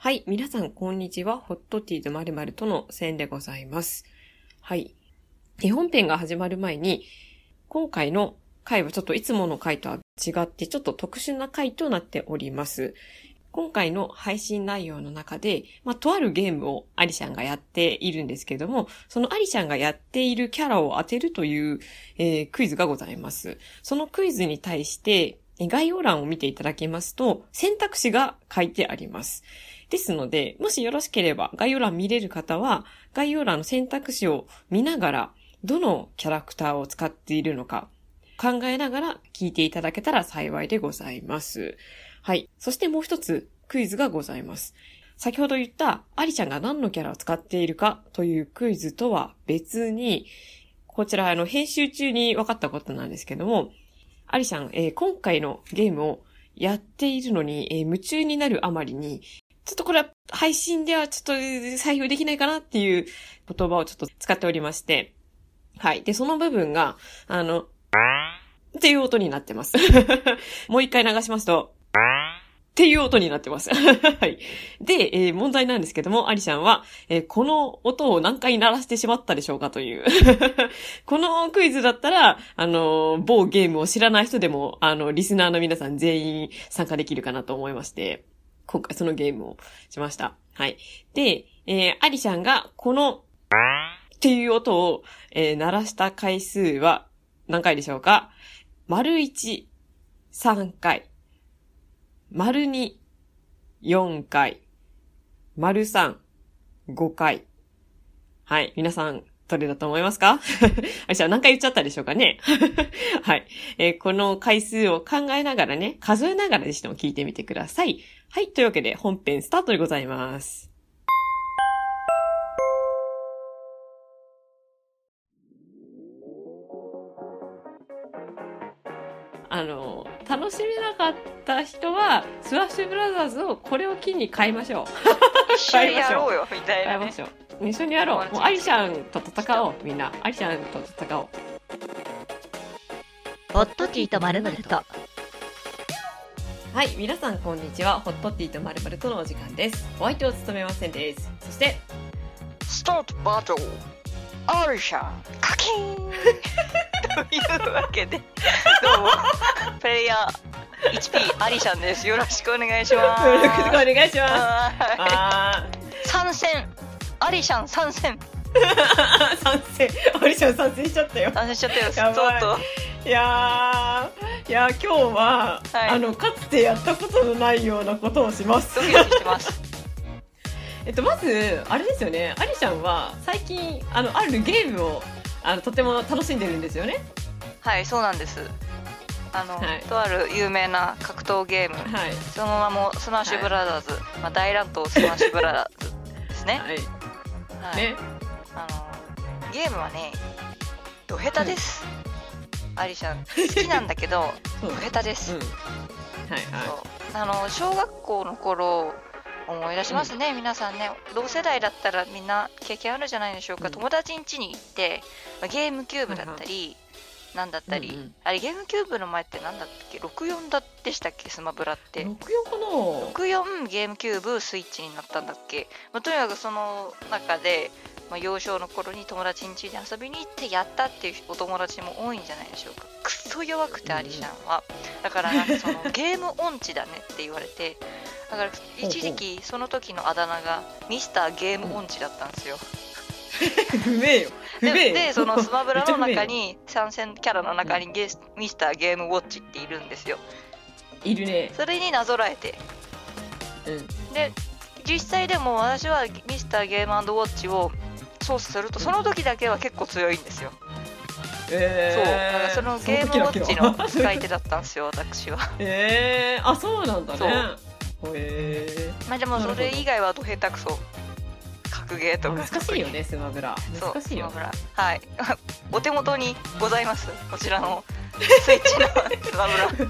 はい。皆さん、こんにちは。ホットティーズまるまるとの線でございます。はい。日本編が始まる前に、今回の回はちょっといつもの回とは違って、ちょっと特殊な回となっております。今回の配信内容の中で、まあ、とあるゲームをアリシャンがやっているんですけども、そのアリシャンがやっているキャラを当てるという、えー、クイズがございます。そのクイズに対して、概要欄を見ていただきますと、選択肢が書いてあります。ですので、もしよろしければ概要欄見れる方は、概要欄の選択肢を見ながら、どのキャラクターを使っているのか、考えながら聞いていただけたら幸いでございます。はい。そしてもう一つクイズがございます。先ほど言ったアリちゃんが何のキャラを使っているかというクイズとは別に、こちらあの編集中に分かったことなんですけども、アリちゃん、えー、今回のゲームをやっているのに、えー、夢中になるあまりに、ちょっとこれは配信ではちょっと採用できないかなっていう言葉をちょっと使っておりまして、はい。で、その部分が、あの、っていう音になってます。 もう一回流しますと、っていう音になってます。 はい。で、えー、問題なんですけども、アリシャンは、えー、この音を何回鳴らしてしまったでしょうかという。 このクイズだったら、あのー、某ゲームを知らない人でも、あの、リスナーの皆さん全員参加できるかなと思いまして、今回そのゲームをしました。はい。で、えー、アリシャンがこの、っていう音を、えー、鳴らした回数は何回でしょうか丸1、3回。丸2、4回。丸3、5回。はい。皆さん、どれだと思いますか あれじゃあ何回言っちゃったでしょうかね はい、えー、この回数を考えながらね、数えながらでしても聞いてみてください。はい。というわけで本編スタートでございます。あの、楽しめなかった人は、スラッシュブラザーズをこれを機に買いましょう。一緒にやろうよ、みたいな、ね、買いましょう。一緒にやろう。もうアリシャンと戦おう、みんな。アリシャンと戦おう。ホットティーとまるまると。はい、皆さんこんにちは。ホットティーとまるまるとのお時間です。お相手を務めませんです。そして、スタートバトル、アリシャン、カキン というわけで、どう も、プレイヤー HP アリシャンです。よろしくお願いします。。よろしくお願いします参戦、アリシャン参戦。参戦、アリシャン参戦しちゃったよ。参戦しちゃったよ。といやいや今日は、はい、あのかつてやったことのないようなことをします。ドキドキしてます。 えっとまずあれですよね。アリシャンは最近あのあるゲームをあのとても楽しんでるんですよね。はい、そうなんです。あの、はい、とある有名な格闘ゲーム、はい、その名もスマッシュブラザーズ、はい、まあ大乱闘スマッシュブラザーズですね。はい。ね。あのゲームはね、ドヘタです。アリシャン好きなんだけ ど、ドヘタです。うん、はいそうあの小学校の頃思い出しますね、うん、皆さんね同世代だったらみんな経験あるじゃないでしょうか、うん、友達ん家に行って、まあ、ゲームキューブだったり、うん、なんだったり、うんうん、あれゲームキューブの前って何だったっけ64だでしたっけスマブラってか64な64ゲームキューブスイッチになったんだっけ、まあ、とにかくその中で、まあ、幼少の頃に友達ん家に遊びに行ってやったっていうお友達も多いんじゃないでしょうかくっそ弱くてアリシャンは、だからなんかそのゲーム音痴だねって言われてだから一時期その時のあだ名がミスターゲーム音痴だったんですよ。不明よ。不明ででそのスマブラの中に参戦キャラの中にゲミスターゲームウォッチっているんですよ。 いるね。それになぞらえて。うん、で実際でも私はミスターゲームウォッチを操作するとその時だけは結構強いんですよ。えー、そうだからそのゲームウォッ チの使い手だったんですよ私は。ええー、あそうなんだね。そうへまあでもそれ以外はどへたくそ格ゲーとか難しいよねスマブラ難しいよスマブラはい お手元にございますこちらのスイッチの スマブ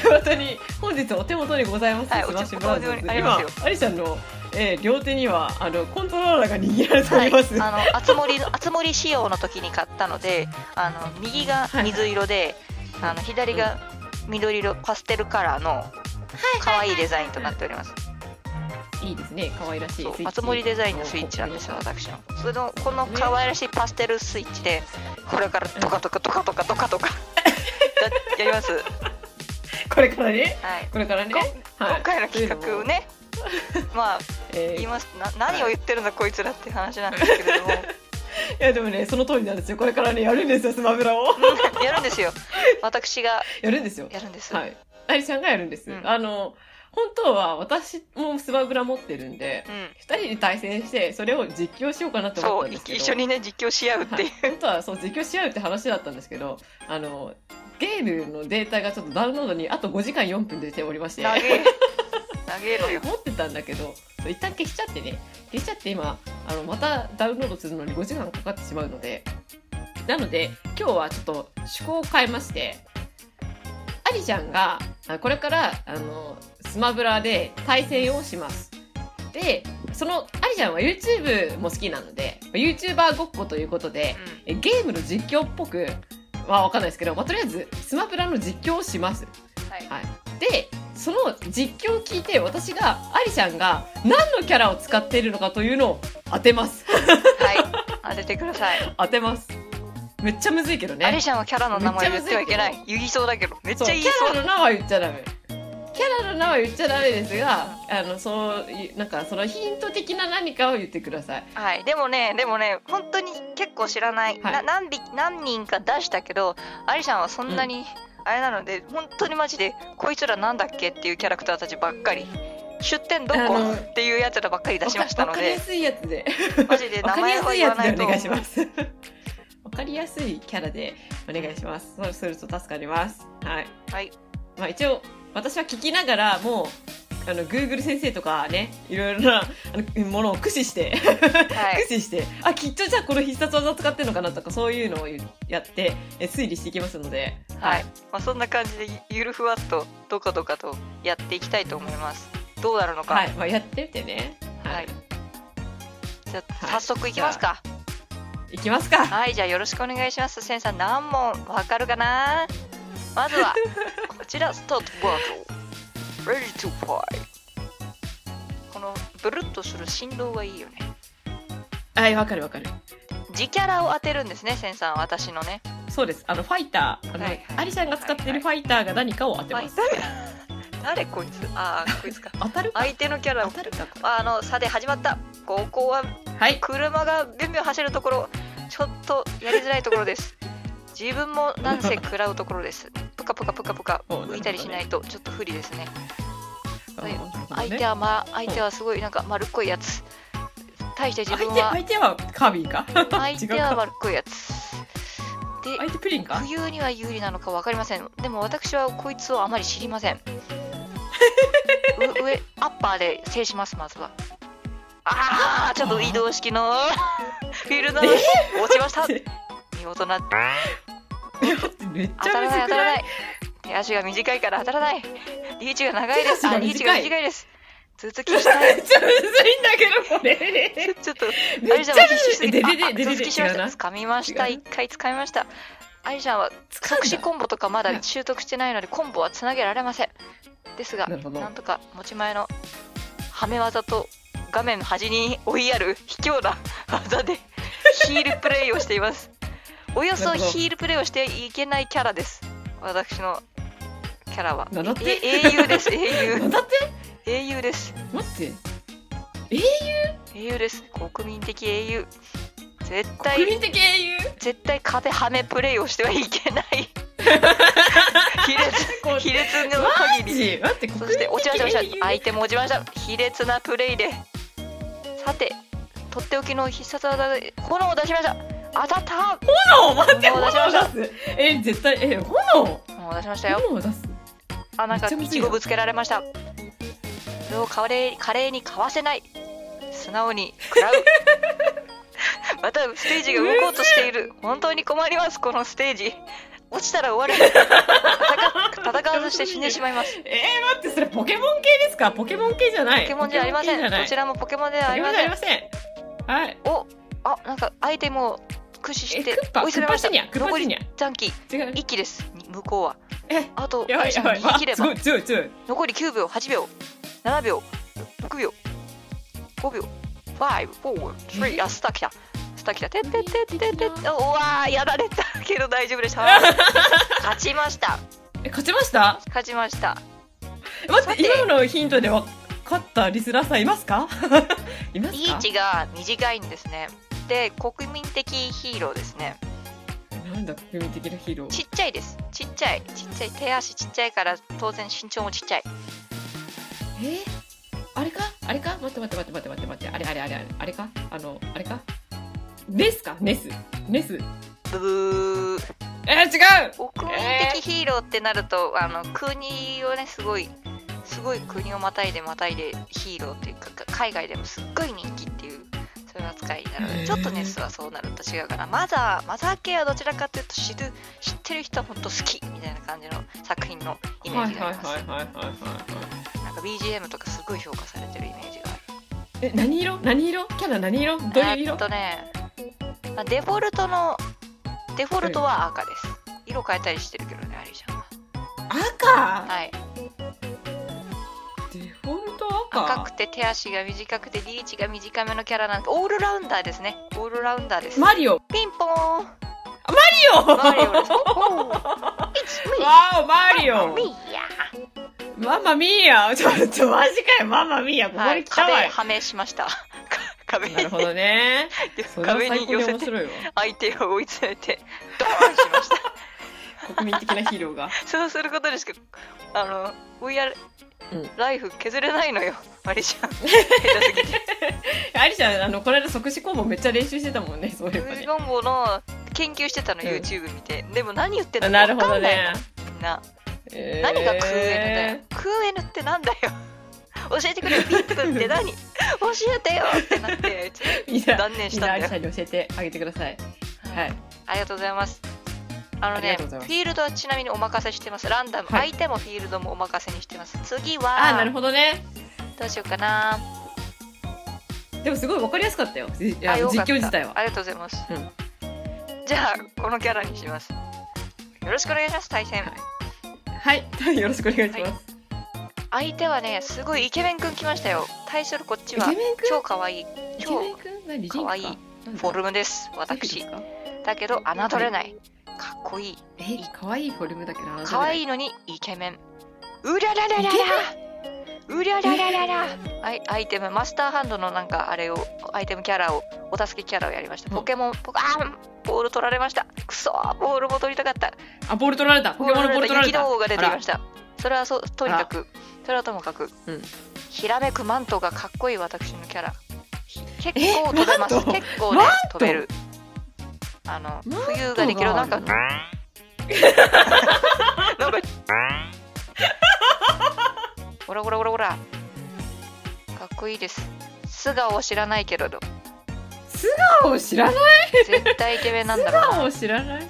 ラお手元に本日お手元にございます、はい、スマッシュブラザーズ今アリちゃんの、えー、両手にはあのコントローラーが握られております、はい、あの厚盛り厚盛り仕様の時に買ったのであの右が水色で、はい、あの左が緑色パステルカラーの可愛いデザインとなっております。いいですね。可愛らしいスイッチ。松森デザインのスイッチなんですよ、私の。それの、この可愛らしいパステルスイッチで、これからとかとかとかとかとかとか、やります。はこれからね。い。これからね。今回の企画をね、まあ、えー言いますな何を言ってるんだこいつらって話なんですけれどもいやでもね、その通りなんですよ。これからね、やるんですよ、スマブラ を。やるんですよ私がやるんですよ。やるんです、はい。ありちゃんがやるんです。うんあの、本当は私もスマブラ持ってるんで、う二人で対戦して、それを実況しようかなとん、思っそたうんですけ一ど。緒にね実況し合うっていう、はい本当はそう実況し合うって話だったんですけどあのゲームのデータがちょっとダウンロードにあと5時間4分出ておりま して投げ投げろ よ持ってたんだけどそう一旦消しちゃってね消しちゃって今あのまたダウンロードするのに5時間かかってしまうのでなので今日はちょっと趣向を変えましてありちゃんがあこれからあのスマブラで対戦をしますでそのありちゃんは YouTube も好きなので YouTuber ごっこということでうえゲームの実況っぽくはわかんないですけど、まあ、とりあえずスマブラの実況をしますんはいはい、でその実況を聞いて私がアリちゃんが何のキャラを使っているのかというのを当てます はい当ててください、当てますめっちゃむずいけどねアリシャンはキャラの名前言ってはいけなめっちゃむずいい言いそうだけどめっちゃそう言いキそャうラの名は言っちゃダメキャラの名は言っちゃダメですがあのそういうなんかそのヒント的な何かを言ってくださいはいでもねでもね本当に結構知らない、はいな何匹何人か出したけどアリシャンはそんなに、あれなので本当にマジでこいつらなんだっけっていうキャラクターたちばっかり出店どあこのっていうやつらばっかり出しましたのわかわかりやですいやつでマジでわ名かり前やをすい言やわつなでいとお願いし思うます わかりやすいキャラでお願いしますそうすると助かりますはいはいまあ、一応私は聞きながらもうあの Google 先生とかねいろいろなあのものを駆使して、はい駆使してあきっとじゃあこの必殺技使ってるのかなとかそういうのをやってえ推理していきますので、はい、まあ、そんな感じでゆるふわっとどかどかとやっていきたいと思いますどうなるのかはいまあ、やってみてね、はいじゃあはい早速いきますかい、きますかはい、じゃあよろしくお願いします。センさん何問わかるかなまず はこちらスタートバトル。Ready to fight。このブルッとする振動がいいよね。はいわかるわかる自キャラを当てるんですね、センさん、私のね。そうですあのファイターあの、はいはいアリちゃんが使ってるファイターが何かを当てます、誰こいつああ、こいつか。当たるか 相手のキャラ当を。たるかあの、さて始まった。ここははい車がビュンビュン走るところ、ちょっとやりづらいところです。自分もなんせ食らうところです。ぷかぷかぷかぷかおなるほど浮いたりしないとちょっと不利ですね。はいあ相手は、ま、相手はすごいなんか丸っこいやつ対して自相分手は相手はカービィか相違う手はか丸っこいやつで相手プリンか浮遊には有利なのか分かりませんでも私はこいつをあまり知りませんう上アッパーで制しますまずはああちょっと移動式の フィールドに落ちましたえ見事なめっち当たゃらない難当くたらなないい手足が短いから当たらないリーチが長いです手足あが短いリーチが短いです続きしたいめっちゃむずいんだけどこれちょっとアめリっちちゃゃんも必死すぎでて、であ、ででで続できしまし違うた。な掴みました。違う一回掴みました。アリちゃんは即死コンボとかまだ習得してないので、コンボはつなげられません。ですがな、るほどなんとか持ち前のはめ技と画面の端に追いやる卑怯な 技でヒールプレイをしています。およそなるほどヒールプレイをしていけないキャラです。私のキャラは。なんだっえて英雄です、な英ん 雄。だって英雄です。待って英雄です。国民的英雄。絶対国民的英雄絶対壁はめプレイをしてはい けない卑劣こ卑劣のマ限りジ待って国そ民して的落ちました落英ちまし雄た相手も落ちました卑劣なプレイでさてとっておきの必殺技で炎を出しました当たった炎待って炎炎を出しました出すえ絶対え炎炎を出しましたよ炎を出すあなんめっかちゃむいずいちよごぶつけられましたそれを華麗華麗にかわせない素直に食らう またステージが動こうとしている本当に困りますこのステージ落ちたら終わり戦戦わずして死んでしまいますえー、待ってそれポケモン系ですかポケモン系じゃないポケモンじゃありませんポケモン系じゃないどちらもポケモンではあポケりモまンじゃあせりんませんはいおあなんかアイテムを駆使しえてクッパ追いク詰ッめまパしたシニアクッパ残シりニア残機違う一機ですに向こうはえあとやばいやばい逃あげれすばごい強い強い残り9秒8秒7秒6秒5秒543あスター来たスター来たてってってってってってうわーやられたけど大丈夫でした 勝ちましたえ勝ちました勝ちました待って今のヒントで分かったリスナーさんいますか いますかリーチが短いんですねで国民的ヒーローですねなんだ国民的なヒーローちっちゃいですちっちゃいちっちゃい手足ちっちゃいから当然身長もちっちゃいえー、あれかあれか待って待って待って待って待ってあれあれあれあれあれかあのあれかネスかネスネスブブーえー、違う国民的ヒーローってなると、あの国をねすごいすごい国をまたいでまたいでヒーローっていうか海外でもすっごい人気っていうそういう扱いになるので、ちょっとネスはそうなると違うかなマザーマザー系はどちらかというと知る知ってる人は本当好きみたいな感じの作品のイメージがありますなんか BGM とかすごい評価されてるイメージがあるえ何色何色キャラ何色どういう色えっとねデフォルトのデフォルトは赤です。色変えたりしてるけどね、アリちゃんは。赤はい。デフォルト赤赤くて手足が短くてリーチが短めのキャラなんて、オールラウンダーですね。オールラウンダーです。マリオピンポーンママリ オです。わおマリオミーヤママミーヤちょっとマジかよママミーヤここはにい、来た壁わよ、はめしま した。壁になるほどねそれは壁最に高寄にせ面て白いわ相手を追い詰めてドーンしました。国民的なヒーローが そうすることでしかあの VR うんライフ削れな いのよ、マリちゃん。アリちゃんあのこの間即死コンボめっちゃ練習してたもんねそういえばウジねゴンボの研究してたの、うん YouTube 見てでも何言ってんあのなる分ほかどんないねの、みんなえー何がクーエヌだよクーエヌってなんだよ教えてくれよビップって何教えてよってなってちょっみんとな断念みしんなたアんリだちゃよんに教えてあげてくださいはいありがとうございますあのありねがとうございフますィールドはちなみにお任せしてますランダム、はい相手もフィールドもお任せにしてます次あーなるはほどねどうしようかなでもすごいわかりやすかったよじああのよか実った況自体はありがとうございます、うんじゃあこのキャラにしますよろしくお願いします対戦、はいはい、 よろしくお願いします。相手はねすごいイケメンくん来ましたよ対するこっちイケはメンくん超可愛いイケ超メンくん何リンク可愛いなんだフォルムですセクシーで私すかだけど侮れないかっこいいえ、可愛いフォルムだけどな。可愛いのにイケメンうりゃりゃりゃりゃイケうりゃりゃりゃりゃりゃはいアイテムマスターハンドのなんかあれをアイテムキャラをお助けキャラをやりましたうんポケモンポあーボール取られましたくそーボールも取りたかったあ、ボール取られた。ポケモンのボール取られ雪た道。王が出てきましたそれはそうとにかくそれはともかく、うんひらめくマントがかっこいい私のキャラひ結え構飛べますマ結ント構ねマント飛べるあのマント冬ができるなんかがなんかほらほらほらほらかっこいいです素顔を知らないけれど素顔知らない。絶対イケメンなんだ素ろうな顔知らない。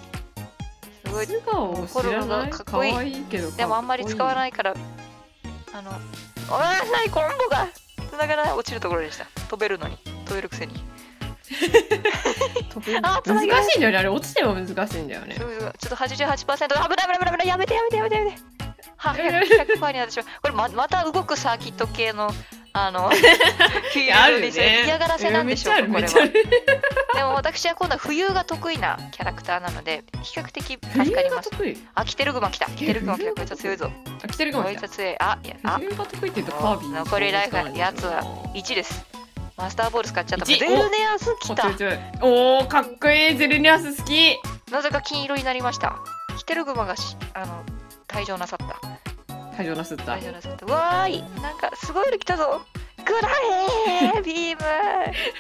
すごい素顔を知らない。かっ可こいい愛いけど。でもあんまり使わい。ないからあのあーないコンボが繋がらない落ちるところでした飛べるのに飛べるくせに得意あ難つなげますしいんだよね。あれ落ちても難しいんだよねちょ。っと88%危ない危ない危ない危ないやめてやめてやめてやめて は100%になってしまうこれままた動くサーキット系の あのいやあるよフィールドにね。嫌がらせなんでしょいうかやこめれっちゃあはる。めっちでも私は今度は浮遊が得意なキャラクターなので比較ゃ的ある。助かります得意。あキテルグマ来たキテルグマ来たこいつは強いぞあ、来てるかもこしいれつな。はい強いあいやあ自分が得意って言うとカービィ。残りライフやつは1ですマスターボール使っちゃった一ゼルネアスお来ちたょいちょいおーかっこいいゼルニアス好きなぜか金色になりましたキテルグマがしあの退場なさった会場なすった退場なさったわーいなんかすごいの来たぞグラヘービ ーム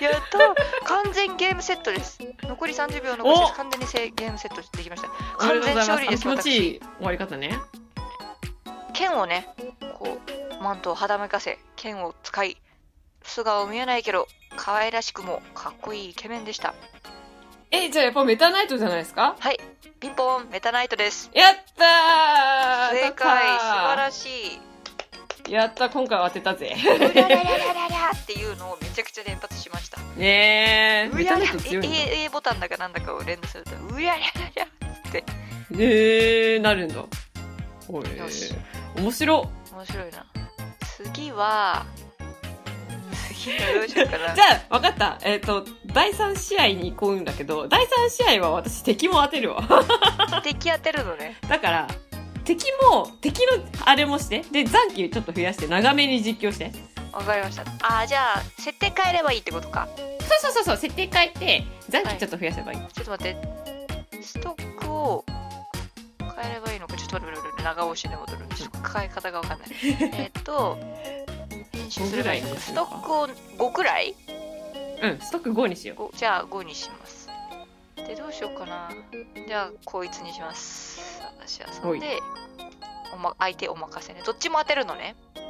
やった完全ゲームセットです残り30秒残しですお完全にせゲームセットできましたおめでと完う全ございま勝利ですすあ気持ち私いい終わり方ね剣をねこうマントをはだめかせ剣を使い素顔見えないけど可愛らしくもかっこいいイケメンでしたえじゃあやっぱメタナイトじゃないですかはいピンポンメタナイトですやったー正解素晴らしいやった今回は当てたぜうららららららっていうのをめちゃくちゃ連発しましたねえうメやタらナイト強いんだ A, A ボタンだかなんだかを連打するとうやらららえー、なるんだおいよし面白面白いな次はどうしようか なじゃあ、わかった。えっ、と、第3試合に行こうんだけど、第3試合は私敵も当てるわ。 敵当てるのねだから、敵も、敵のあれもして、で、残機ちょっと増やして、長めに実況して。わかりましたあーじゃあ設定変えればいいってことかそうそうそうそう、設定変えて、残機ちょっと増やせばいい。ちょっと待ってストックを変えればいいのかちょっと待って待って待って長押しで戻るちょっと変え方が わかんないえっと編集すればいいのか五ぐらいにすスるトのックを5くらいうん、ストック5にしよごじゃあ5にしますでどうしようかなじゃあこいつにします私はほ3いでお、ま、相手お任せねどっちも当てるのねう。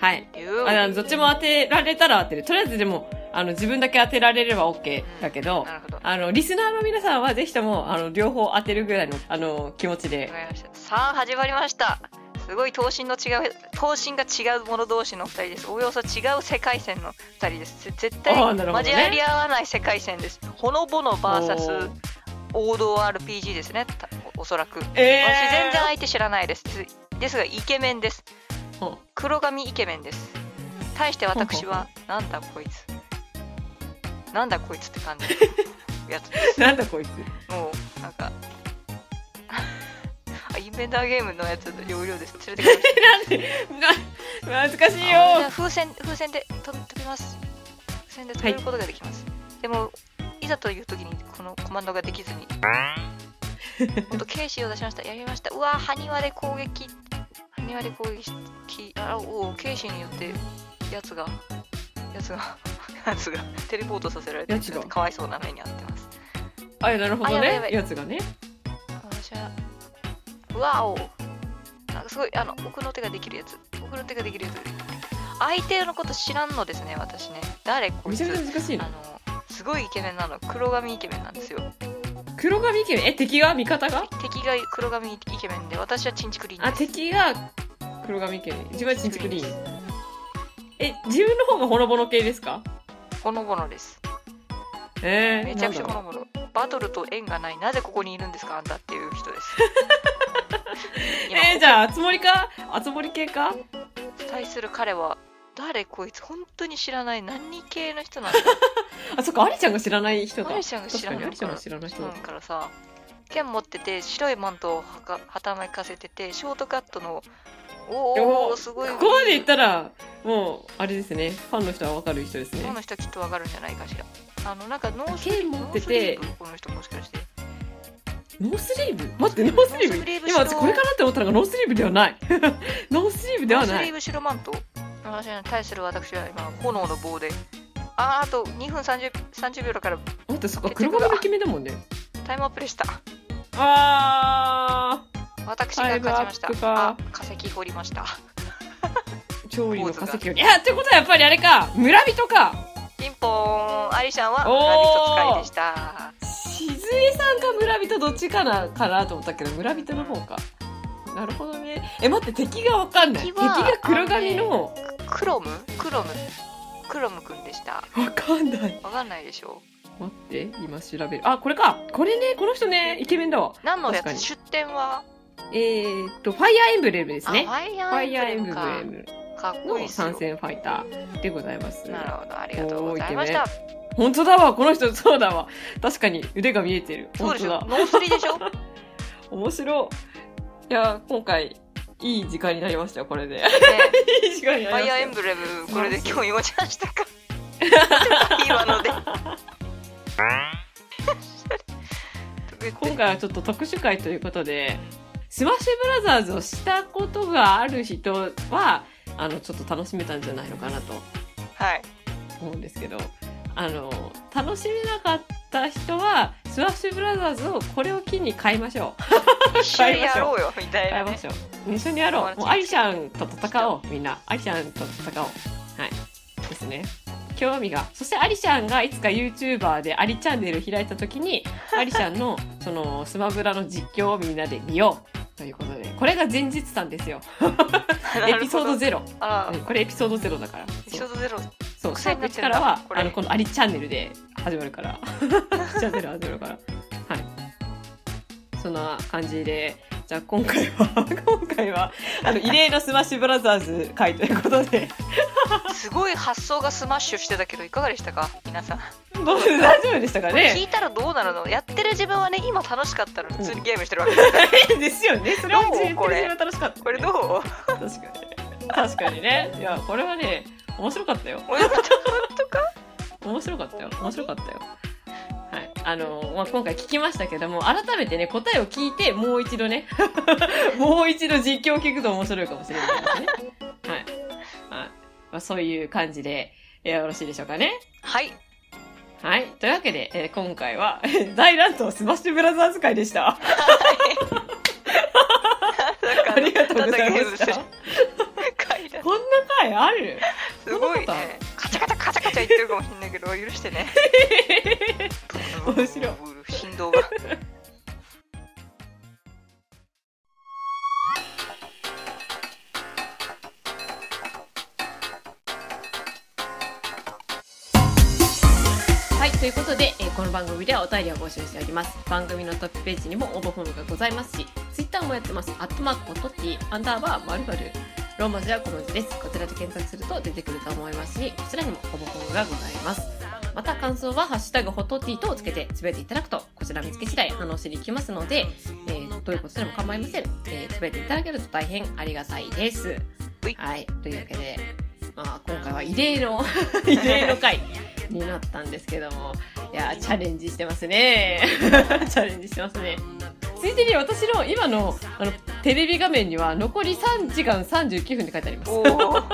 はい。理あ由のどっちも当てられたら当てる。とりあえずでも、あの、自分だけ当てられれば OK だけど、なるほどわかあの、リスナーの皆さんはぜひとも、あの、両方当てるぐらいの、あの、気持ちでり。ましたさあ始まりましたすごい等身の違う等身が違う者同士の2人ですおおよそ違う世界線の2人ですぜ絶対あーなるほどね交わり合わない世界線ですほのぼのお VS ー王道 RPG ですねたおおそらくええ私全然相手知らないですつですがイケメンですほ黒髪イケメンです対して私はなんだこいつなんだこいつって感じ のやつですなんだこいつ。もうなんか あインベンダーゲームのやつの要領です連れてきましな、恥ずかしい よ。たあ風船風船で飛び飛びます風船で飛べることができます、でもいざという時にこのコマンドができずにほんと軽視を出しましたやりましたうわ埴輪で攻撃埴輪で攻撃しあおお軽視によってやつがやつが やつがテレポートさせられてやつがかわいそうな目に遭ってますあ、いやなるほどあやばいやばね。いやつがね。私はうわおなんかすごいあの奥の手ができるやつ奥の手ができるやつ相手のこと知らんのですね私ね誰こめいちつゃめちゃ難しいあな。のすごいイケメンなの黒髪イケメンなんですよ黒髪イケメン。え、敵が味方が敵が黒髪イケメンで私はチンチクリーンあ、です敵が黒髪イケメン。自分はチンチクリーン。え、自分の方がほのぼの系ですかほのぼのですえー、 めちゃくちゃなんほだろのぼのバトルと縁がないなぜここにいるんですかあんたっていう人ですう今 えー、じゃあ、あつ森かあつ森系か対する彼は誰こいつ本当に知らない何系の 人なんだあ、そっか、アリちゃんが知らない人だ。マリちゃんが知らな確かいにアリちゃんが知らない人だうんからさ剣持ってて白いマントをはかはためかせててショートカットのおーおおーーすごいここまで言ったら、もう、あれですね。ファンの人はわかる人ですこねの。人きっとわかるんじゃないかしらあのなんかノースリー剣ブ持っててノースリーブこの人もしかしてノースリーブ待って、ノースリーノースリーブブ今、し私ろこれかなって思ったのがノースリーブではない。 ノースリーブでノーはスなリーい。ブ白マント私に対する私は今炎の棒でああと2分 30, 30秒だから待って、そっか、黒髪の決めだもんね。タイムアップでしたあ私が勝ちましたタイムアップかあ化石掘りましたー、調理の化石より。いや、ってことはやっぱりあれか、村人か。ピンポーンアリシャンおはー村人使いでしたしずえさんか村人どっちかな、かなと思ったけど、村人の方か。なるほどね。え、待って、敵がわかんない。敵敵はが黒髪の、クロムクロムクロムくんでしたわかんない。わかんないでしょ待って、今調べる。あ、これか。これね、この人ね、イケメンだわ。何のや確かにつ出店はえーっと、ファイアーエンブレムですあねフ。ァイフアァーイアーエエンンブレブムかレムかっこいいのっすよ参戦ファイターでございます。なるほどありがとうございましたお本当だわ、この人そうだわ。確かに腕が見えてる。そう本で当しょだ。ノースリでし ょ面白い。いや、今回、いい時間になりましたよ、これで。 ねいい時間にフなァりまイアしーたエよン。ブレムこれで今日持ちました か今ので今回はちょっと特殊会ということで、スマッシュブラザーズをしたことがある人は、あの、ちょっと楽しめたんじゃないのかなとはい思うんですけど、あの、楽しめなかった人は、スマッシュブラザーズをこれを機に買いましょう。一緒にやろうよみたいやなりまねしょう。一緒にやろう。もうアリシャンと戦おう、みんな。アリシャンと戦おう。はい。ですね。興味が。そしてアリシャンがいつか YouTuber でアリチャンネル開いた時 に、アリシャンのそのスマブラの実況をみんなで見よう。ということで。これが前日談です よ。エピソードゼロ0。あうんこれエピソード0だから。エピそソうードゼロそう。癖になうっちてんだからは、これあの、このアリチャンネルで始まる から。アリチャンネル始まるから。はい。そんな感じで、じゃあ今回は 今回はあの異例のスマッシュブラザーズ会ということですごい発想がスマッシュしてたけどいかがでしたか皆さんどう大丈夫でしたか聞ねいたらどうなるのやってる自分はね今楽しかったら普通にゲームしてるわけだからですよねそれはどう自分 これ自分は楽しかったこれどう確かに確かにねいやこれはね面白かったよ俺のこと面白かったよ面白かったよはいあの、まあ、今回聞きましたけども改めてね答えを聞いてもう一度ね もう一度実況を聞くと面白いかもしれないですねはい、はいまあ、そういう感じでえーよろしいでしょうかねはい はいというわけで、えー今回は 大乱闘スマッシュブラザーズ会でしたありがとう ございました回だこんな回あるすごそいんなことあねカチャカチャカチャカチャ言ってるかもしれないけど許してね面白い振動がはい、ということで、えーこの番組ではお便りを募集しております。番組のトップページにも応募フォームがございますし、ツイッターもやってます。アットマークホットティー、アンダーバー、まるまる。ローマ字は小文字です。こちらで検索すると出てくると思いますし、こちらにも応募フォームがございます。また感想は、ハッシュタグホットティーとをつけてつぶやいていただくと、こちら見つけ次第反応していきますので、えーどういうことでも構いません。えー、つぶやいていただけると大変ありがたいですほい。はい、というわけで、まあ、今回は異例の 異例の回になったんですけどもいやーチャレンジしてますねチャレンジしてますねついでに私の今のあのテレビ画面には残り3時間39分って書いてありますおおー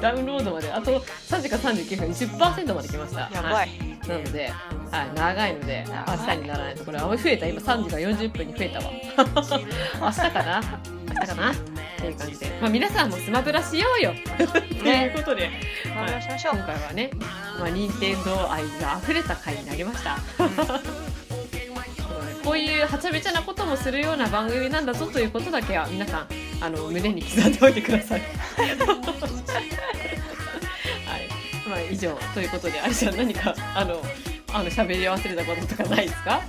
ダウンロードまであと3時間39分10%まで来ましたやはばいいなので、はい、長いので長い明日にならないとこれあ増えた今3時間40分に増えたわ 明日かな明日かなっていう感じで、まあ、皆さんもスマブラしようよ ということで頑張りましょ今う回はね、まあ、任天堂愛が溢れた回になりました。 こういうはちゃめちゃなこともするような番組なんだぞということだけは皆さんあの胸に刻んでおいてください。 はい、まあ以上ということで、ありちゃん何かあのあの喋り忘れたこととかないですか？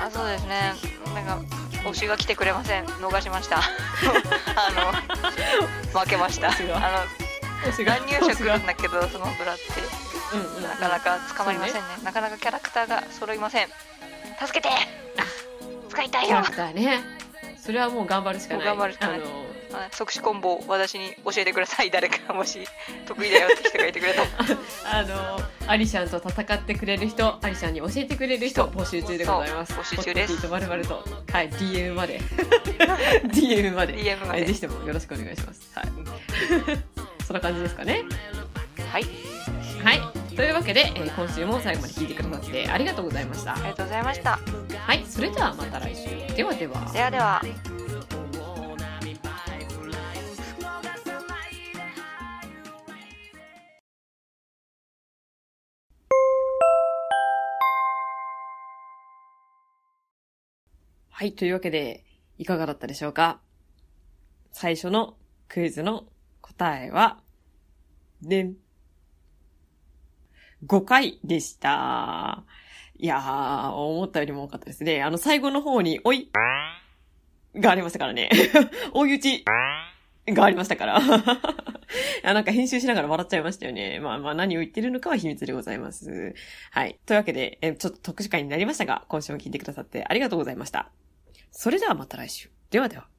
あそうですねなんか推しが来てくれません逃しましたあの負けましたあ推しがの推しが乱入者来推るしんだけどそのブラってがうんうん、なかなか捕まりませんねなかなかキャラクターが揃いません助けて使いたいキャよラクターね。それはもう頑張るしかない。もう頑張るしかないあのはい即死コンボを私に教えてください誰かもし得意だよって人がいてくれたらあの、アリシャンと戦ってくれる人、アリシャンに教えてくれる人、募集中でございます。そう募集中ですホットティーとまるまると、はい、DM まで。DM まで。 DM まではいぜひともよろしくお願いします。はい。 そんな感じですかね。はいはい。というわけで、えー今週も最後まで聞いてくださってありがとうございましたあ。りがとうございましたはい。それではまた来週。ではではで。はでははい。というわけで、いかがだったでしょうか最初のクイズの答えは、でん。5回でした。いやー、思ったよりも多かったですね。あの、最後の方に、おいがありましたからね。 大打ちがありましたから。い やなんか編集しながら笑っちゃいましたよね。まあまあ何を言ってるのかは秘密でございます。はい。というわけで、えちょっと特殊会になりましたが、今週も聞いてくださってありがとうございました。それではまた来週。ではでは。